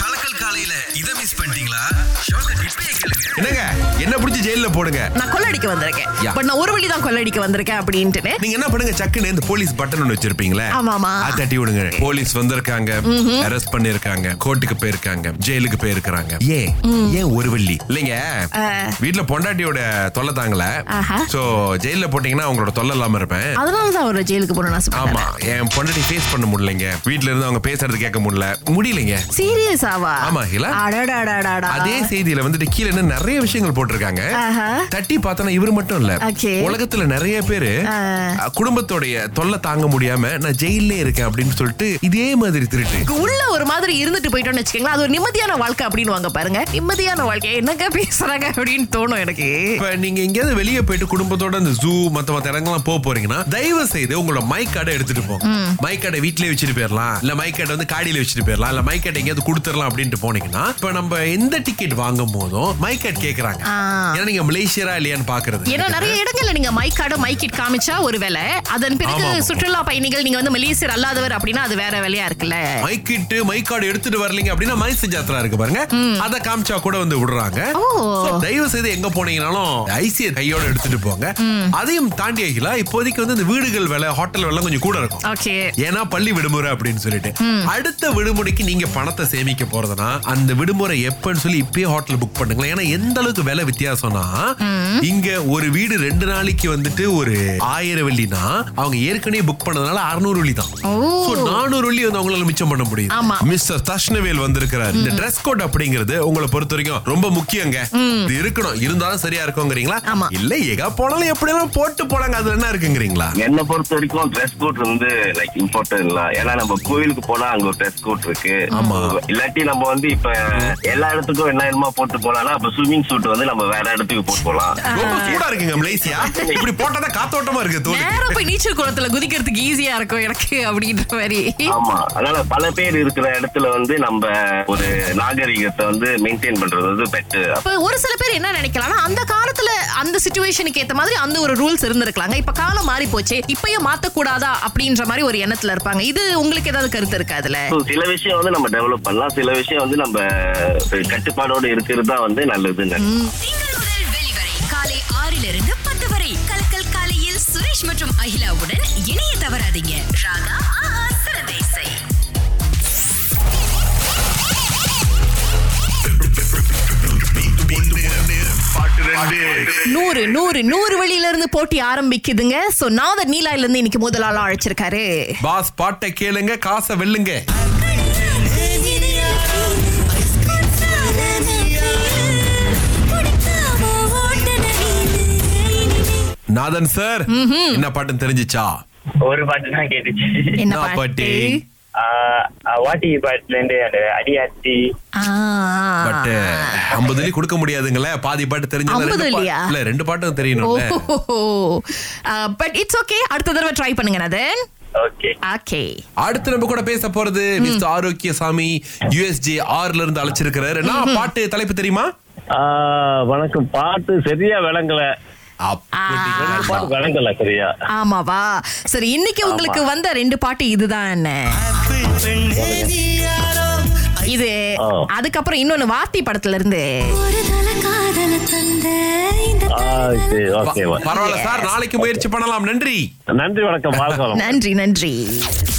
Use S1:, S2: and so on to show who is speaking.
S1: கலக்கல் காலையில இத மிஸ் பண்ணிட்டீங்களா ஷோக்க இப்பயே கேளுங்க
S2: என்னங்க என்ன புடிச்சு ஜெயில போடுங்க
S3: நான் கொள்ளடிக்க வந்திருக்கேன்
S2: Yeah.
S3: பட் நான் ஒரு வழி தான் கொள்ளடிக்க வந்திருக்கேன் அப்படின்ட்டு
S2: நீங்க என்ன பண்ணுங்க சக்குன்னு இந்த போலீஸ் பட்டன் ஒன்று வச்சிருப்பீங்களே
S3: ஆமாமா.
S2: அது தட்டி விடுங்க போலீஸ் வந்திருக்காங்க அரெஸ்ட் பண்ணிருக்காங்க கோர்ட்டுக்கு போயிருக்காங்க ஜெயிலுக்கு போயிருக்காங்க ஏன் ஏன் ஒரு வள்ளி இல்லைங்க வீட்ல பொண்டாட்டியோட தொல்லை தாங்கல
S3: ஆஹா.
S2: சோ ஜெயில போட்டீங்கன்னா அவங்களோட தொல்லை இல்லாம இருப்பேன்
S3: அதனால தான் அவரை ஜெயிலுக்கு போன நான்
S2: ஆமா
S3: சொல்றேன்
S2: என் பொண்டாட்டி ஃபேஸ் பண்ண முடியலங்க வீட்ல இருந்து அவங்க பேசுறது கேட்க முடியல முடியலங்க
S3: சீரியஸ் ஆவா
S2: ஆமா, ஹிலா.
S3: அடடடடடா.
S2: அதே செய்தியில வந்துட்டு கீழே என்ன நிறைய விஷயங்கள் போட்டிருக்காங்க
S3: ஆஹா.
S2: தட்டி பார்த்தனா இவர் மட்டும் இல்ல
S3: Okay.
S2: உலகத்துல நிறைய பேரு
S3: ஆ.
S2: அஹ், குடும்பத்தோடைய தொல்லை தாங்க முடியாம நான் ஜெயிலே இருக்கேன் அப்படின்னு சொல்லிட்டு இதே மாதிரி திருட்டு
S3: இதுக்கு உள்ள ஒரு மாதிரி இருந்துட்டு போயிட்டோம்னு வச்சுக்கோங்களேன் அது ஒரு நிம்மதியான வாழ்க்கை அப்படின்னு வாங்க பாருங்க நிம்மதியான வாழ்க்கை என்னங்க பேசுறாங்க அப்படின்னு தோணும் எனக்கு
S2: இப்ப நீங்க எங்கேயாவது வெளியே போயிட்டு குடும்பத்தோட இந்த ஜூ மத்த மத்த இடங்கள்லாம் போக போறீங்கன்னா தயவு செய்து உங்களோட மைக் கார்டை எடுத்துட்டு போங்க மைக் கார்டை வீட்லயே வச்சுட்டு போயிடலாம் இல்ல மைக் கார்டை வந்து காடியில வச்சுட்டு போயிடலாம் இல்ல மைக் கார்டை எங்கேயாவது கொடுத்துடலாம் அப்படின்ட்டு போனீங்கன்னா இப்ப நம்ம எந்த டிக்கெட் வாங்கும் போதும் மைக் கார்டு கேக்குறாங்க
S3: ஆ.
S2: ஏன்னா நீங்க மலேசியரா இல்லையான்னு பாக்குறது
S3: ஏன்னா நிறைய இடங்கள்ல நீங்க மைக் கார்டு மைக் கிட் காமிச்சா ஒரு வேலை அதன் பிறகு
S2: ஆமா, ஆமா.
S3: சுற்றுலா பயணிகள் நீங்க வந்து மலேசியர் அல்லாதவர் அப்படின்னா அது வேற வேலையா இருக்குல்ல
S2: மைக்கிட்டு மைக் கார்டு எடுத்துட்டு வரலீங்க அப்படின்னா மைஸ் ஜாத்ரா இருக்கு பாருங்க அத காமிச்சா கூட வந்து விடுறாங்க
S3: ஓ.
S2: So, தயவு செய்து எங்க போனீங்கனாலும் ஐசிய கையோட எடுத்துட்டு போங்க அதையும் தாண்டி ஆகிலா இப்போதைக்கு வந்து இந்த வீடுகள் விலை ஹோட்டல் விலை கொஞ்சம் கூட இருக்கும்
S3: ஓகே
S2: ஏன்னா பள்ளி விடுமுறை அப்படின்னு சொல்லிட்டு அடுத்த விடுமுறைக்கு நீங்க பணத்தை சேமிக்க போறதுன்னா அந்த விடுமுறை எப்பன்னு சொல்லி இப்பயே ஹோட்டல் புக் பண்ணுங்களேன் ஏன்னா எந்த அளவுக்கு விலை வித்தியாசம்னா இங்க ஒரு வீடு ரெண்டு நாளைக்கு வந்துட்டு ஒரு ஆயிரம் வெள்ளினா அவங்க ஏற்கனவே புக் பண்ணதுனால அறுநூறு வெள்ளி தான்
S3: ஓ.
S2: So, 400 வெள்ளி வந்து அவங்களால மிச்சம் பண்ண முடியும்
S3: ஆமா.
S2: மிஸ்டர் தஷ்ணவேல் வந்திருக்கிறார் இந்த ட்ரெஸ் கோட் அப்படிங்கிறது உங்களை பொறுத்த வரைக்கும் ரொம்ப முக்கியங்க இது இருக்கணும் இருந்தாலும் சரியா இருக்குங்கிறீங்களா
S3: ஆமா.
S2: இல்ல எங்க போனாலும் எப்படியெல்லாம் போட்டு போனாங்க அதுல என்ன இருக்குங்கிறீங்களா
S4: என்ன பொறுத்த வரைக்கும் ட்ரெஸ் கோட் வந்து லைக் இம்பார்ட்டன் இல்ல ஏன்னா நம்ம கோயிலுக்கு போனா அங்க ஒரு ட்ரெஸ் கோட் இருக்கு இல்லாட்டி நம்ம வந்து இப்ப எல்லா இடத்துக்கும் என்ன என்னமா போட்டு போலாம்னா அப்ப ஸ்விம்மிங் சூட் வந்து நம்ம வேற இடத்துக்கு போட்டு போலாம்
S2: ரொம்ப சூடா இருக்குங்க மலேசியா இப்படி போட்டாதான் காத்தோட்டமா இருக்கு தோல்
S3: நேரம் போய் நீச்சல் குளத்துல குதிக்கிறதுக்கு ஈஸியா இருக்கும் எனக்கு அப்படின்ற மாதிரி
S4: ஆமா அதனால பல பேர் இருக்கிற இடத்துல வந்து நம்ம ஒரு நாகரிகத்தை வந்து மெயின்டைன் பண்றது வந்து பெட்டர்
S3: இப்ப ஒரு சில பேர் என்ன நினைக்கலாம்னா அந்த காலத்துல அந்த சுச்சுவேஷனுக்கு ஏத்த மாதிரி அந்த ஒரு ரூல்ஸ் இருந்திருக்கலாங்க இப்ப காலம் மாறி போச்சு இப்பயே மாத்தக்கூடாதா அப்படின்ற மாதிரி ஒரு எண்ணத்துல இருப்பாங்க இது உங்களுக்கு ஏதாவது கருத்து இருக்கா அதுல
S4: சில விஷயம் வந்து நம்ம டெவலப் பண்ணலாம் சில விஷயம் வந்து நம்ம கட்டுப்பாடோட இருக்கிறது தான் வந்து நல்லதுன்னு நினைக்கிறேன்.
S5: திங்கள் முதல் வெளிவரை காலை ஆறிலிருந்து பத்து வரை கலக்கல் காலையில் சுரேஷ் மற்றும் அகிலாவுடன் இணைய தவறாதீங்க ராகா ஆஹா சரதேசை
S3: நூறு நூறு நூறு வழியில இருந்து போட்டி ஆரம்பிக்குதுங்க சோ நாதர் நீலாயில இருந்து இன்னைக்கு முதல் ஆளா அழைச்சிருக்காரு
S2: பாஸ் பாட்டை கேளுங்க காசை வெல்லுங்க நாதன் சார் என்ன பாட்டுன்னு தெரிஞ்சுச்சா
S6: ஒரு பாட்டு தான் கேட்டுச்சு
S3: என்ன
S2: நான்
S3: பாட்டு
S2: பாட்டி.
S6: ஆஹ் ஆஹ் வாட்டி பாட்டுல இருந்து அந்த அடியாத்தி
S3: ஆ.
S2: பட் ஐம்பது வழி கொடுக்க முடியாதுங்களே பாதி பாட்டு தெரிஞ்சதுல
S3: ஐம்பது
S2: ரெண்டு பா-
S3: வழியா?
S2: இல்ல ரெண்டு பாட்டும் தெரியணும்ல
S3: ஓஹோஹோ. ஆ, but it's okay. அடுத்த தடவை ட்ரை பண்ணுங்க நாதன்
S6: ஓகே
S3: ஓகே
S2: அடுத்து நம்ம கூட பேச போறது மிஸ்டர் ஆரோக்கியசாமி யூஎஸ்ஜே ஆர்ல இருந்து அழைச்சிருக்கிறாரு நான் பாட்டு தலைப்பு தெரியுமா
S6: வணக்கம் பாட்டு சரியா விளங்கல
S2: அப்படி
S6: பாட்டு விளங்கல சரியா
S3: ஆமாவா சரி இன்னைக்கு உங்களுக்கு வந்த ரெண்டு பாட்டு இதுதான் என்ன இது
S6: ஆ.
S3: அதுக்கப்புறம் இன்னொன்னு வாத்தி படத்துல இருந்து
S6: ஆஹ் சரி ஓகே
S2: பரவாயில்ல சார் நாளைக்கு முயற்சி பண்ணலாம் நன்றி
S6: நன்றி வணக்கம் வாழ்க்கை வளமுடன்.
S3: நன்றி நன்றி